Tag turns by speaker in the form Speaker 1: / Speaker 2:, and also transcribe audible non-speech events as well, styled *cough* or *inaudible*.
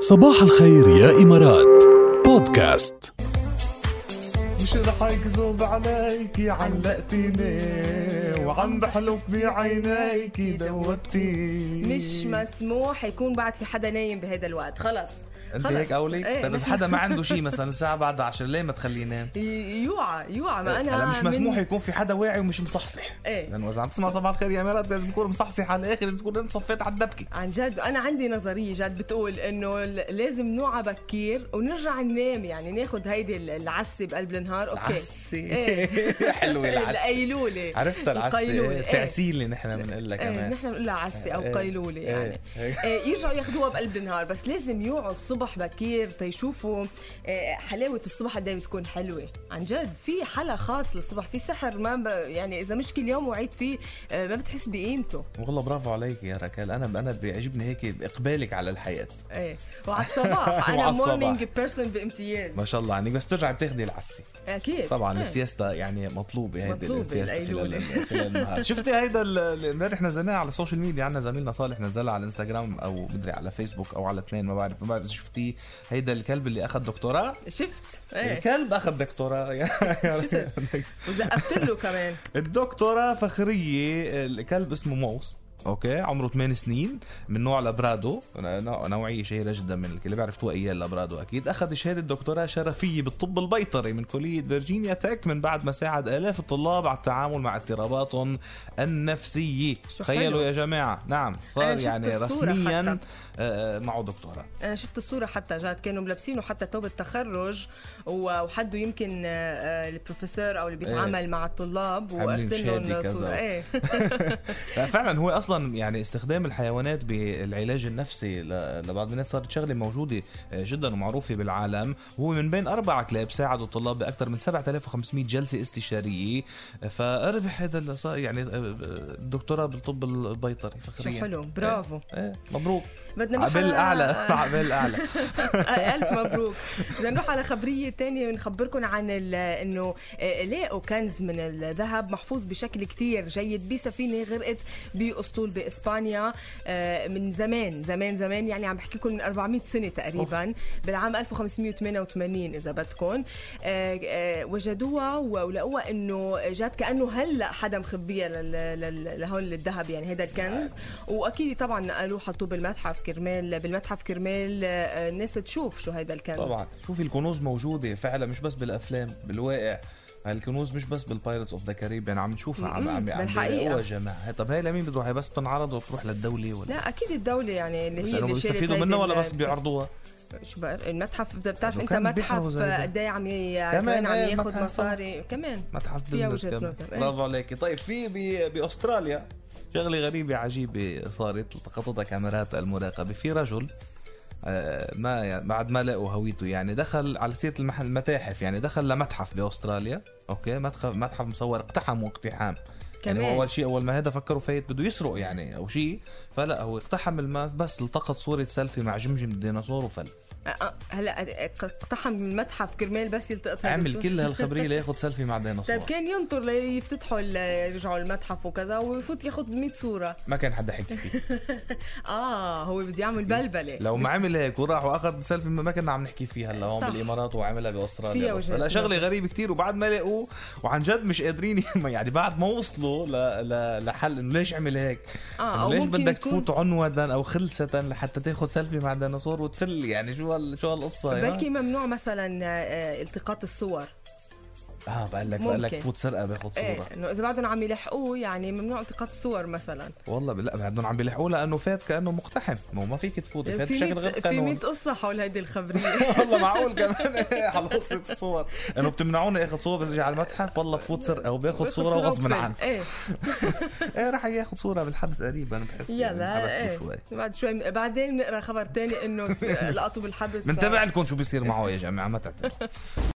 Speaker 1: صباح الخير يا إمارات بودكاست
Speaker 2: مش رح اكذب عليكي علقتيني وعم بحلف بعينيكي دوبتي
Speaker 3: مش
Speaker 4: إيه.
Speaker 3: مسموح يكون بعد في حدا نايم بهذا الوقت خلص
Speaker 4: انت
Speaker 3: خلص.
Speaker 4: هيك قولي
Speaker 3: إيه.
Speaker 4: طيب اذا حدا ما عنده شيء مثلا الساعه بعد 10 ليه ما تخليه ينام
Speaker 3: *laughs* ي- يوعى يوعى ما انا
Speaker 4: هلا مش مسموح
Speaker 3: من-
Speaker 4: يكون في حدا واعي ومش مصحصح
Speaker 3: إيه.
Speaker 4: لانه اذا عم تسمع صباح الخير يا مرات لازم تكون مصحصح على الاخر لازم تكون انت صفيت على الدبكه
Speaker 3: عن جد انا عندي نظريه جد بتقول انه ل- لازم نوعى بكير ونرجع ننام يعني ناخذ هيدي ال- العسه بقلب النهار اوكي
Speaker 4: العسة.
Speaker 3: إيه.
Speaker 4: *laughs*
Speaker 3: *laughs*
Speaker 4: حلوة العسة.
Speaker 3: القيلوله
Speaker 4: عرفت العسه
Speaker 3: القيلولة.
Speaker 4: إيه،
Speaker 3: إيه.
Speaker 4: تعسيله نحن بنقول لها
Speaker 3: ايه
Speaker 4: كمان
Speaker 3: نحن بنقول لها عسه او
Speaker 4: إيه،
Speaker 3: قيلوله
Speaker 4: إيه،
Speaker 3: يعني
Speaker 4: إيه. *laughs*
Speaker 3: إيه يرجعوا ياخذوها بقلب النهار بس لازم يوعوا الصبح بكير تيشوفوا إيه، حلاوه الصبح قد إيه بتكون حلوه عن جد في حلا خاص للصبح في سحر ما ب... يعني اذا مش كل يوم وعيت فيه إيه، ما بتحس بقيمته
Speaker 4: والله برافو عليك يا ركال انا انا بيعجبني هيك اقبالك على الحياه
Speaker 3: ايه
Speaker 4: *laughs*
Speaker 3: وعلى الصباح انا
Speaker 4: وعلى الصباح.
Speaker 3: مورنينج بيرسون بامتياز
Speaker 4: ما شاء الله عنك بس ترجع بتاخدي العسه
Speaker 3: اكيد
Speaker 4: طبعا
Speaker 3: إيه.
Speaker 4: السياستا يعني مطلوبه هيدي
Speaker 3: مطلوبة،
Speaker 4: السياستا
Speaker 3: القيلولة.
Speaker 4: خلال خلال
Speaker 3: *laughs*
Speaker 4: النهار شفتي هيدا ال- ال- امبارح نزلناها على السوشيال ميديا عنا زميلنا صالح نزلها على الانستغرام او مدري على فيسبوك او على اثنين ما بعرف ما بعرف إذا شفتيه هيدا الكلب اللي اخذ دكتوراه *laughs*
Speaker 3: شفت ايه
Speaker 4: الكلب اخذ دكتوراه *laughs* يعني
Speaker 3: وزقفت له كمان
Speaker 4: الدكتورة فخرية الكلب اسمه موس اوكي عمره 8 سنين من نوع لابرادو نوع- نوعيه شهيره جدا من الكلاب بيعرفتوها اياه اللابرادو اكيد اخذ شهاده دكتوراه شرفيه بالطب البيطري من كليه فيرجينيا تك من بعد ما ساعد الاف الطلاب على التعامل مع اضطراباتهم النفسيه
Speaker 3: شو
Speaker 4: تخيلوا
Speaker 3: حلو.
Speaker 4: يا جماعه نعم
Speaker 3: أنا
Speaker 4: صار
Speaker 3: شفت
Speaker 4: يعني
Speaker 3: الصورة
Speaker 4: رسميا
Speaker 3: حتى.
Speaker 4: آه، آه، معه دكتوراه
Speaker 3: انا شفت الصوره حتى جاد كانوا ملبسينه حتى ثوب التخرج و- وحده يمكن آه، آه، البروفيسور او اللي بيتعامل
Speaker 4: إيه.
Speaker 3: مع الطلاب
Speaker 4: عاملين شادي
Speaker 3: واخذين
Speaker 4: كذا.
Speaker 3: صوره
Speaker 4: *laughs*
Speaker 3: ايه
Speaker 4: فعلا هو اصلا يعني استخدام الحيوانات بالعلاج النفسي ل- لبعض الناس صارت شغله موجوده جدا ومعروفه بالعالم وهو من بين اربع كلاب ساعدوا الطلاب باكثر من 7500 جلسه استشاريه فربح هذا اللي صار- يعني الدكتوراه بالطب البيطري
Speaker 3: شو
Speaker 4: فخريا
Speaker 3: حلو برافو
Speaker 4: ايه مبروك
Speaker 3: بدنا نروح
Speaker 4: عبال
Speaker 3: على-
Speaker 4: اعلى
Speaker 3: *laughs*
Speaker 4: عبال اعلى
Speaker 3: آه، الف مبروك بدنا نروح على خبريه تانية نخبركم عن ال- انه آه، لاقوا كنز من الذهب محفوظ بشكل كتير جيد بسفينه غرقت باسطول باسبانيا آه، من زمان زمان زمان يعني عم بحكيكم من 400 سنه تقريبا بالعام 1588 اذا بدكم آه، آه، وجدوها و- ولقوها انه جات كانه هلا حدا مخبيها لل- لل- لهول الذهب يعني هذا الكنز واكيد طبعا نقلوه حطوه بالمتحف كرمال بالمتحف كرمال آه، الناس تشوف شو هذا الكنز
Speaker 4: طبعا شوفي الكنوز موجوده فعلا مش بس بالافلام بالواقع هالكنوز مش بس بالبايرتس اوف ذا كاريبيان عم نشوفها عم عم عم
Speaker 3: بالحقيقة.
Speaker 4: بيلاقوها يا جماعه طب هي لمين بتروح هي بس بتنعرض وبتروح للدوله ولا
Speaker 3: لا اكيد الدوله يعني اللي
Speaker 4: بس
Speaker 3: هي
Speaker 4: انه
Speaker 3: اللي شالت
Speaker 4: بيستفيدوا
Speaker 3: هيدي
Speaker 4: منها ولا
Speaker 3: ال-
Speaker 4: بس بيعرضوها؟
Speaker 3: شو بقى المتحف بت- بتعرف
Speaker 4: إنه
Speaker 3: انت
Speaker 4: كان بيحروا
Speaker 3: متحف
Speaker 4: زي ده.
Speaker 3: قد ايه عم ي-
Speaker 4: كمان
Speaker 3: كمان عم
Speaker 4: إيه،
Speaker 3: ياخذ
Speaker 4: المتحف
Speaker 3: مصاري كمان
Speaker 4: متحف
Speaker 3: فيها
Speaker 4: بزنس
Speaker 3: وجهة
Speaker 4: كمان
Speaker 3: نظر، إيه.
Speaker 4: برافو عليكي طيب في ب- باستراليا شغله غريبه عجيبه صارت التقطتها كاميرات المراقبه في رجل آه، ما يعني بعد ما لقوا هويته يعني دخل على سيره المح- المتاحف يعني دخل لمتحف باستراليا اوكي متحف متحف مصور اقتحموا اقتحام يعني
Speaker 3: كمان.
Speaker 4: هو اول شيء اول ما هذا فكروا فايت بده يسرق يعني او شيء فلا هو اقتحم المتحف بس التقط صوره سيلفي مع جمجم الديناصور وفل
Speaker 3: آه، آه، هلا اقتحم المتحف كرمال بس يلتقط هيدي
Speaker 4: عمل
Speaker 3: الصورة.
Speaker 4: كل
Speaker 3: *laughs*
Speaker 4: هالخبريه لياخذ سيلفي مع ديناصور
Speaker 3: طيب كان ينطر ليفتتحوا ال- يرجعوا المتحف وكذا ويفوت ياخذ 100 صوره
Speaker 4: ما كان حدا حكي فيه
Speaker 3: اه هو بده يعمل بلبله
Speaker 4: لو ما عمل هيك وراح واخذ سيلفي ما كنا عم نحكي فيها هلا هون
Speaker 3: صح.
Speaker 4: بالامارات وعملها باستراليا
Speaker 3: فيها
Speaker 4: بس
Speaker 3: وجهة
Speaker 4: هلا شغله غريبه كتير وبعد ما لقوه وعن جد مش قادرين *laughs* يعني بعد ما وصلوا ل... ل... لحل انه ليش عمل هيك؟
Speaker 3: آه،
Speaker 4: إنه
Speaker 3: أو
Speaker 4: ليش
Speaker 3: ممكن
Speaker 4: بدك
Speaker 3: يكون-
Speaker 4: تفوت عنوة او خلسة لحتى تاخذ سيلفي مع ديناصور وتفل يعني شو هال... شو هالقصة يعني؟ يا
Speaker 3: بلكي ممنوع مثلا آه، التقاط الصور
Speaker 4: اه بقول لك بقول لك
Speaker 3: ممكن.
Speaker 4: فوت سرقة باخذ صورة
Speaker 3: ايه انه اذا بعدهم عم يلحقوه يعني ممنوع التقاط الصور مثلا
Speaker 4: والله لا بعدهم عم بيلحقوه لانه فات كانه مقتحم ما هو ما فيك تفوتي فات
Speaker 3: في
Speaker 4: طيب، بشكل غير
Speaker 3: 100 في 100
Speaker 4: قانوني *laughs*
Speaker 3: قصه حول هيدي الخبريه
Speaker 4: والله معقول كمان *laughs* على قصه الصور انه بتمنعوني اخذ صور بس اجي على المتحف والله بفوت سرقه وباخذ
Speaker 3: باخد
Speaker 4: صوره غصب
Speaker 3: وبفل.
Speaker 4: عنه
Speaker 3: ايه
Speaker 4: ايه راح ياخذ صوره بالحبس قريبا بحس
Speaker 3: يلا
Speaker 4: يعني
Speaker 3: ايه
Speaker 4: حبسوه شوي
Speaker 3: بعد شوي بعدين
Speaker 4: *laughs*
Speaker 3: بنقرا خبر تاني انه لقطوا بالحبس
Speaker 4: بنتابع لكم شو بيصير معه يا جماعه ما تعتبروا